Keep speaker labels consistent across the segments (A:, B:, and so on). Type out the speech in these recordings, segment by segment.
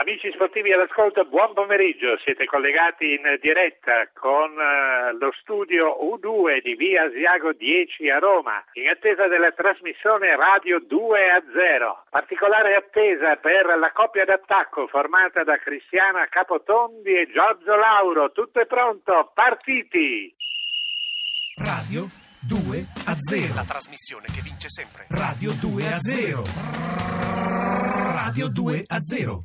A: Amici sportivi all'ascolto, buon pomeriggio. Siete collegati in diretta con eh, lo studio U2 di Via Asiago 10 a Roma, in attesa della trasmissione Radio 2 a 0. Particolare attesa per la coppia d'attacco formata da Cristiana Capotondi e Giorgio Lauro. Tutto è pronto, partiti!
B: Radio 2 a 0.
C: La trasmissione che vince sempre.
B: Radio 2 a 0. Radio 2 a 0.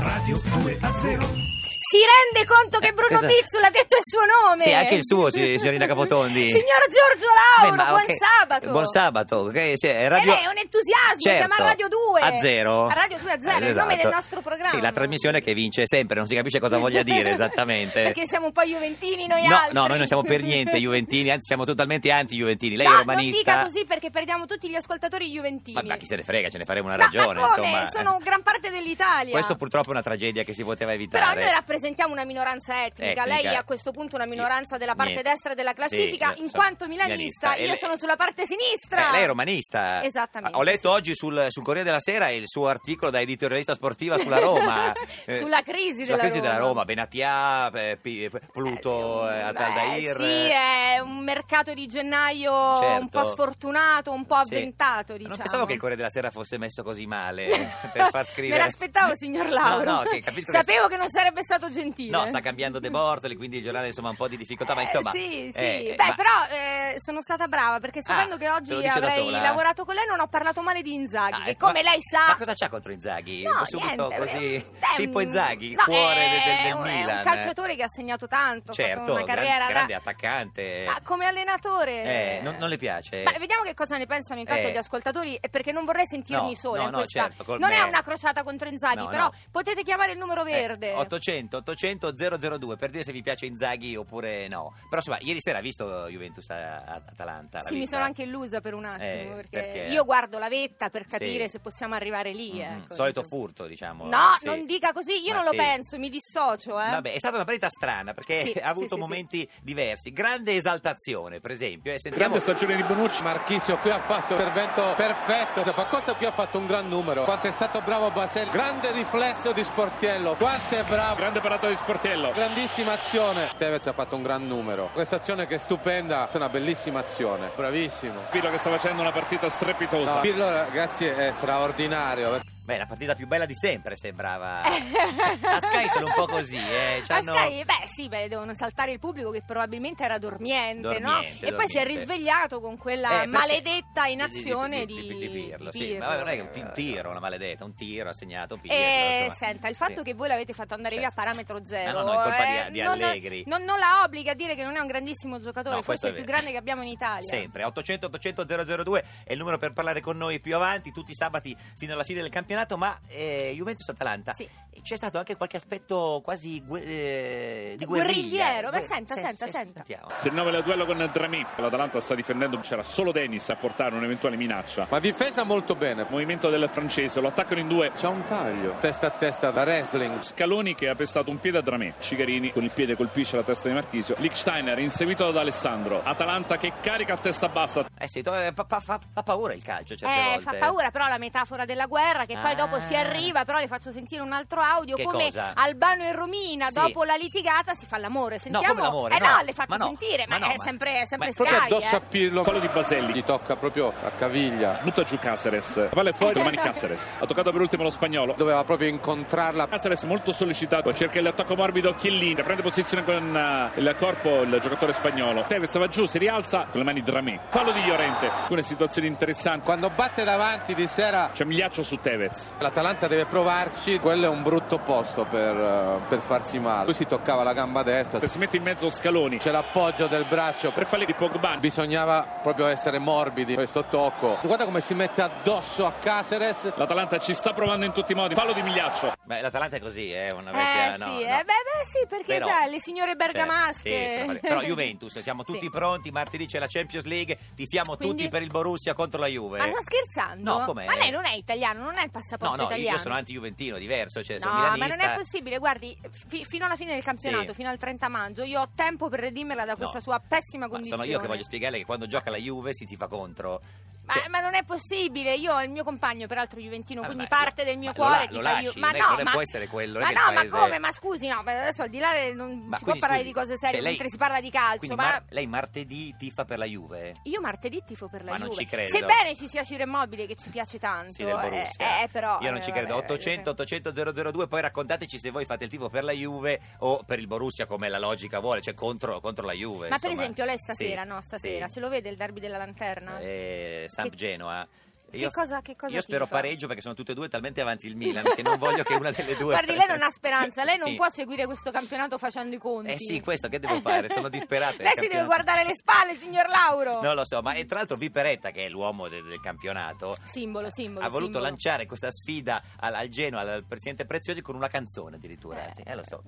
B: Radio 2 a 0.
D: Si rende conto che Bruno
E: Eh, cosa-
D: Pizzula ha detto il suo nome?
E: Sì, anche il suo, si- signorina Capotondi.
D: Signor Giorgio Lauro,
E: Beh, ma
D: buon
E: ok,
D: sabato.
E: Buon sabato. ok, sì, è
D: Eh
E: radio... Certo,
D: beh, è un entusiasmo, siamo a Radio 2.
E: A zero.
D: A Radio 2 a zero,
E: Eh,
D: il nome
E: esatto.
D: del nostro programma.
E: Sì, la trasmissione che vince sempre, non si capisce cosa voglia dire esattamente.
D: Perché siamo un po' juventini noi
E: no,
D: altri.
E: no, noi non siamo per niente juventini, anzi siamo totalmente anti-juventini. Lei
D: no,
E: è
D: non dica
E: romanista.
D: così perché perdiamo tutti gli ascoltatori juventini.
E: Ma, ma chi se ne frega, ce ne faremo una
D: Ma-
E: ragione,
D: ma come?
E: insomma.
D: Sono gran parte dell'Italia.
E: Questo purtroppo è una tragedia che si poteva evitare.
D: Però noi rappresentiamo una minoranza etnica.
E: Etnica.
D: Lei è a questo punto una minoranza della parte
E: Niente.
D: destra della classifica,
E: Sì,
D: in
E: so-
D: quanto milanista,
E: milanista. E
D: io
E: lei-
D: sono sulla parte sinistra.
E: Eh, lei è romanista.
D: Esattamente.
E: Ah, Ho letto oggi sul, sul Corriere della Sera il suo articolo da editorialista sportiva sulla Roma. Eh,
D: Sulla crisi
E: sulla
D: della
E: crisi della
D: Roma.
E: Roma. Benatia, eh, Pi- eh, Pluto, eh,
D: Eh,
E: Ataldair. eh.
D: Sì, è un mercato di gennaio un
E: Certo.
D: po' sfortunato, un po'
E: Sì.
D: avventato, diciamo.
E: Non pensavo che il Corriere della Sera fosse messo così male per far scrivere.
D: Me l'aspettavo, signor Lauro.
E: No, no, che capisco che-
D: Sapevo che... non sarebbe stato gentile.
E: No, sta cambiando De Bortoli, quindi il giornale insomma ha un po' di difficoltà, ma
D: Eh,
E: insomma...
D: sì, sì.
E: eh, eh,
D: Beh,
E: ma-
D: però eh, sono stata brava perché sapendo
E: Ah,
D: che
E: se lo
D: oggi
E: dice da
D: avrei
E: sola, eh?
D: lavorato con lei non ho parlato male di Inzaghi.
E: Ah,
D: che
E: eh,
D: come
E: ma-
D: lei sa.
E: Ma cosa c'ha contro Inzaghi?
D: No,
E: Subito
D: niente,
E: così.
D: eh,
E: Pippo Inzaghi, il
D: no,
E: cuore
D: è-
E: del, del- del
D: è un- È
E: Milan.
D: un calciatore che ha segnato tanto, ha
E: Certo,
D: fatto una
E: gran-
D: carriera da-
E: grande attaccante.
D: Ah, come allenatore.
E: Eh, non, non le piace?
D: Ma vediamo che cosa ne pensano intanto
E: Eh.
D: gli ascoltatori, eh, perché non vorrei sentirmi
E: No,
D: sola
E: no,
D: in
E: no,
D: questa.
E: certo, col
D: non è
E: me.
D: una crociata contro Inzaghi,
E: No,
D: però
E: no.
D: potete chiamare il numero verde.
E: Eh, 800 800 002 per dire se vi piace Inzaghi oppure no. Però insomma, ieri sera ha visto Juventus a- a- Atalanta. l'ha
D: sì, mi
E: vista?
D: sono anche illusa per un attimo,
E: Eh,
D: perché,
E: perché-
D: io guardo la vetta per capire
E: Sì.
D: se possiamo arrivare lì.
E: Mm,
D: ecco.
E: solito furto, diciamo.
D: No,
E: sì.
D: non dica così, io
E: Ma
D: non lo
E: sì.
D: penso, mi dissocio. Eh.
E: Vabbè, è stata una partita strana perché
D: Sì,
E: ha avuto
D: sì, sì,
E: momenti diversi. Grande esaltazione, per esempio. eh, sentiamo...
F: Grande stagione di Bonucci, Marchisio qui ha fatto un intervento perfetto, Zappacosta qui ha fatto un gran numero, quanto è stato bravo Baselli, grande riflesso di Sportiello, quanto è bravo,
G: Grande parata di Sportiello.
F: grandissima azione, Tevez ha fatto un gran numero, questa azione che è stupenda, è una bellissima azione, bravissimo.
G: Pirlo che sta facendo una partita strepitosa.
F: No, Pirlo ragazzi è straordinario,
E: Beh, la partita più bella di sempre sembrava. A Sky sono un po' così,
D: A
E: eh. c'hanno-
D: Sky, beh sì, beh, devono saltare il pubblico che probabilmente era dormiente, no? E
E: Dormiente,
D: poi si è
E: dormiente.
D: risvegliato con
E: Eh,
D: quella
E: perché-
D: maledetta inazione di,
E: Pirlo,
D: di
E: sì,
D: Pirlo.
E: ma non è che un, ti- un tiro, una maledetta, un tiro ha segnato Pirlo.
D: Eh,
E: insomma.
D: senta, il fatto
E: Sì.
D: che voi l'avete fatto andare via a
E: Certo.
D: parametro zero
E: Ah, no, no, è colpa di-
D: eh,
E: di
D: non- non-
E: Allegri.
D: Non, non la obbliga a dire che non è un grandissimo giocatore,
E: No,
D: forse
E: questo
D: è il
E: è
D: più
E: vero.
D: grande che abbiamo in Italia.
E: Sempre 800 800 002 è il numero per parlare con noi più avanti, tutti i sabati fino alla fine del campionato. Ma eh, Juventus-Atalanta
D: Sì.
E: c'è stato anche qualche aspetto quasi gue- eh, di
D: Guerrigliero,
E: guerriglia.
D: beh,
E: Gue-
D: senta,
E: se-
D: senta,
E: se-
D: senta.
E: sentiamo.
G: Se il 9 del duello con Drami. L'Atalanta sta difendendo, c'era solo Dennis a portare un'eventuale minaccia.
F: ma difesa molto bene,
G: Movimento del francese, lo attaccano in due.
F: c'è un taglio, testa a testa da wrestling,
G: Scaloni che ha pestato un piede a Dramè. Cigarini con il piede colpisce la testa di Marchisio. Lichsteiner inseguito ad Alessandro. Atalanta che carica a testa bassa.
E: Eh sì, to- eh, fa, fa- fa- fa paura il calcio certe
D: Eh,
E: volte.
D: fa paura però la metafora della guerra che poi
E: Ah.
D: dopo si arriva, però le faccio sentire un altro audio
E: Che
D: come
E: cosa?
D: Albano e Romina
E: Sì.
D: dopo la litigata si fa l'amore. Sentiamo.
E: come l'amore,
D: eh no,
E: no.
D: le faccio
E: Ma no,
D: sentire, ma,
E: ma no,
D: è
E: ma-
D: sempre, è sempre
E: ma è
F: proprio
D: Sky,
F: addosso
D: eh.
F: a Pirlo,
G: Collo di Baselli.
F: gli tocca proprio a caviglia,
G: Butta giù Caceres. La palla è fuori domani Caceres. Ha toccato per ultimo lo spagnolo.
F: doveva proprio incontrarla,
G: Caceres molto sollecitato, cerca l'attacco morbido Chiellini, prende posizione con eh, il corpo il giocatore spagnolo. Tevez va giù, si rialza con le mani Dramé. Fallo di Llorente, alcune situazioni interessanti.
F: quando batte davanti di sera
G: C'è migliaccio su Tevez.
F: L'Atalanta deve provarci, quello è un brutto posto per, eh, per farsi male. Lui si toccava la gamba destra,
G: Si mette in mezzo Scaloni. C'è
F: c'è l'appoggio del braccio,
G: tre falli di Pogba.
F: bisognava proprio essere morbidi questo tocco. Guarda come si mette addosso a Caceres,
G: L'Atalanta ci sta provando in tutti i modi. Fallo di Migliaccio.
E: Beh, l'Atalanta è così, è una vecchia...
D: Eh
E: no,
D: sì,
E: no.
D: eh, beh, beh sì, perché
E: Però-
D: sai, le signore
E: Cioè,
D: bergamasche.
E: sì, sono fare- però Juventus, siamo
D: Sì.
E: tutti pronti, martedì c'è la Champions League, tifiamo siamo
D: Quindi-
E: tutti per il Borussia contro la Juve.
D: Ma sta scherzando?
E: Eh. No, com'è?
D: Ma lei non è italiano, non è il passaporto
E: No, no,
D: italiano.
E: io sono anti-juventino, diverso, cioè sono
D: No, ma
E: milanista.
D: non è possibile, guardi, fi- fino alla fine del campionato,
E: Sì.
D: fino al 30 maggio, io ho tempo per redimerla da
E: No.
D: questa sua pessima
E: Ma
D: condizione.
E: sono io che voglio spiegare che quando gioca la Juve si tifa contro.
D: Ma,
E: Cioè-
D: ma non è possibile, io ho il mio compagno, peraltro Juventino,
E: Ah,
D: quindi
E: beh,
D: parte
E: lo-
D: del mio
E: ma lo
D: cuore
E: la-
D: ti
E: lo
D: fa
E: lasci,
D: Ju-
E: non è- non è- può essere quello, non
D: ma
E: è che
D: no,
E: il paese-
D: ma come? Ma scusi, no, ma adesso al di là del- non
E: Ma
D: si può
E: quindi,
D: parlare di
E: scusi,
D: cose serie,
E: cioè, lei-
D: mentre si parla di calcio,
E: quindi
D: ma...
E: mar- lei martedì tifa per la Juve?
D: Io martedì tifo per la
E: Ma non
D: Juve.
E: ci credo.
D: Sebbene ci sia Ciro Immobile che ci piace tanto,
E: Sì, del
D: eh,
E: Borussia.
D: eh, però
E: Io non ci
D: eh,
E: credo.
D: vabbè,
E: 800 800 002, poi raccontateci se voi fate il tifo per la Juve o per il Borussia come la logica vuole, cioè contro, contro la Juve.
D: Ma per
E: insomma.
D: esempio lei
E: Sì,
D: stasera, no, stasera,
E: sì.
D: ce lo vede il derby della lanterna?
E: Eh, Samp
D: Che-
E: Genoa.
D: che cosa- che cosa
E: io spero
D: tifa?
E: pareggio perché sono tutte e due talmente avanti il Milan che non voglio che una delle due.
D: Guardi, lei non ha speranza, lei non
E: Sì.
D: può seguire questo campionato facendo i conti.
E: Eh sì, questo che devo fare? Sono disperata. del
D: lei si deve
E: campionato.
D: guardare le spalle, signor Lauro.
E: Non lo so, ma e tra l'altro Viperetta, che è l'uomo de- del campionato,
D: Simbolo, simbolo.
E: ha voluto
D: simbolo.
E: lanciare questa sfida al, al Genoa, al presidente Preziosi, con una canzone addirittura.
D: Eh.
E: sì, eh, lo so.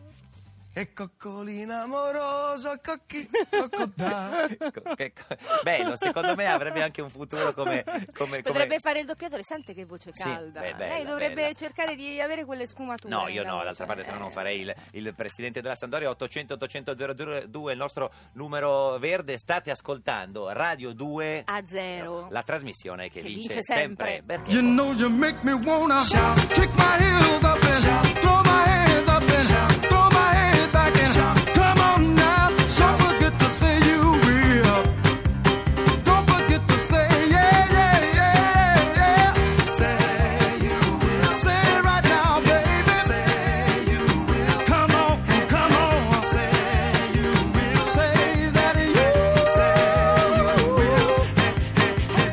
B: E coccolina amorosa, cocchi, coccodà.
E: Co- Ecco, che co- Bello, secondo me avrebbe anche un futuro come. come- come-
D: Potrebbe fare il doppiatore, sente che voce
E: Sì,
D: calda.
E: beh, bella,
D: lei dovrebbe
E: bella.
D: cercare di avere quelle sfumature.
E: No, io no,
D: nella
E: d'altra
D: voce,
E: parte se no non
D: eh.
E: farei il, il presidente della Sandoria 800 800 002 il nostro numero verde, state ascoltando Radio 2
D: A zero.
E: La trasmissione che,
D: Che
E: vince,
D: vince sempre.
E: perché
B: You know you make me wanna kick my heels up and throw my hands up and throw my head back and come on now, don't forget to say you will. Don't forget to say yeah yeah yeah yeah. Say you will. Say it right now, baby. Say you will. Come on, come on. Say you will. Say that you. Say you will.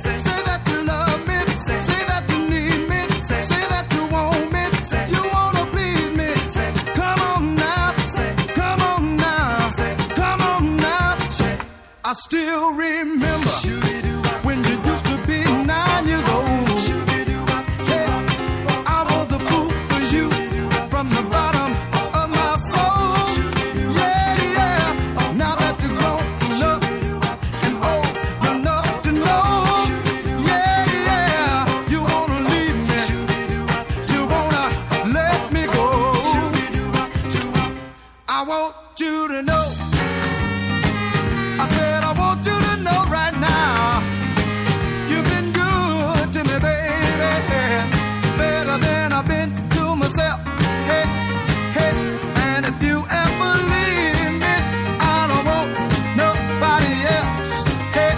B: Say that you love me. Say that you need me. Say that you want me. You wanna please me. Come on now. Come on now. Come on now. I still remember when you used to be nine years old. I was a fool for you from the bottom of my soul. Yeah, yeah. Now that you're grown enough and old enough to know, yeah, yeah. You wanna leave me? You wanna let me go? I want you to know. I said I want you to know right now. You've been good to me, baby. Better than I've been to myself. Hey, hey. And if you ever leave me, I don't want nobody else. Hey,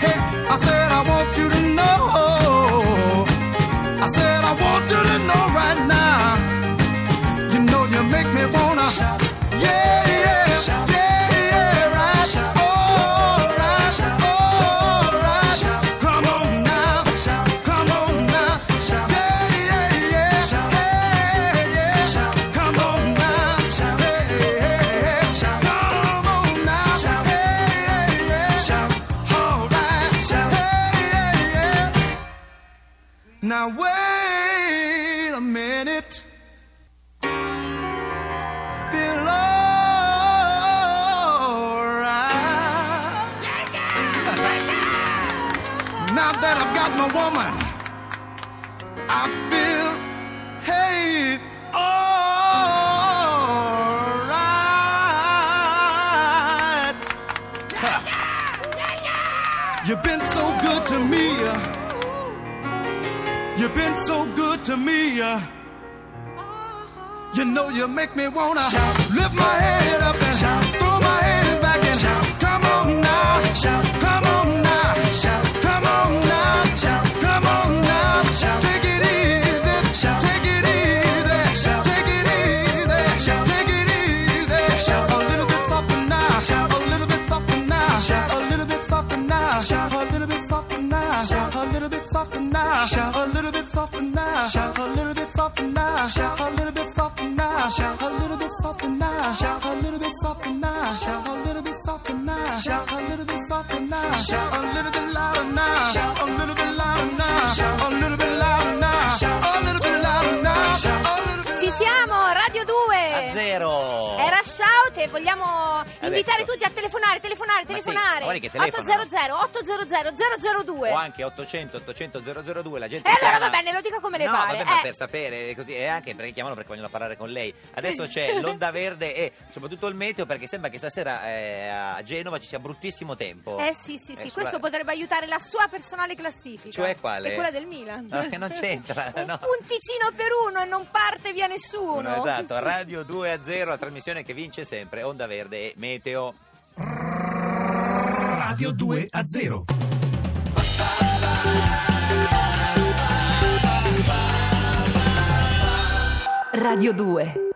B: hey. I said I want you to know. I said I want you to know right now. You know you make me wanna. Yeah, yeah, yeah, yeah, right. All right, all right. Come on now, come on now. Yeah, yeah, yeah, yeah, yeah. Come on now, hey, hey, hey. Come on now, hey, hey, yeah. All right, hey, hey, yeah. Now wait a minute been alright. Now that I've got my woman, I feel hey alright. You've been so good to me. You've been so good to me. You know you make me wanna lift my head up and throw my hands back and come on now, come on now, come on now, come on now, take it easy, take it easy, take it easy, take it easy, a little bit softer now, a little bit softer now, a little bit softer now, a little bit softer now, a little bit softer now, a little bit softer now, a little bit softer now, a little bit softer now, a little bit softer now, a little bit softer now, a little bit softer now, a little bit softer now, a little bit louder now, a little bit louder now, a little bit louder now, a little bit louder now, a little bit.
D: Ci siamo, Radio 2!
E: A zero!
D: Eh, Era Shout e vogliamo invitare tutti a telefonare, telefonare,
E: Ma sì,
D: telefonare.
E: guardi che telefonano.
D: 800 800 002.
E: o anche 800 800 002 la gente
D: E allora
E: chiama-
D: va bene, lo dica come le
E: no,
D: pare,
E: vabbè, ma
D: eh.
E: per sapere così e anche perché chiamano perché vogliono parlare con lei adesso c'è l'onda verde e soprattutto il meteo perché sembra che stasera eh, a Genova ci sia bruttissimo tempo
D: Eh sì, sì, sì,
E: sulla-
D: questo potrebbe aiutare la sua personale classifica.
E: Cioè quale?
D: Che è quella del Milan.
E: No, che non c'entra,
D: Un
E: no.
D: punticino per uno e non parte via nessuno.
E: No, esatto Radio 2 a 0 la trasmissione che vince sempre onda verde e meteo
H: Radio 2 a 0.
I: Radio 2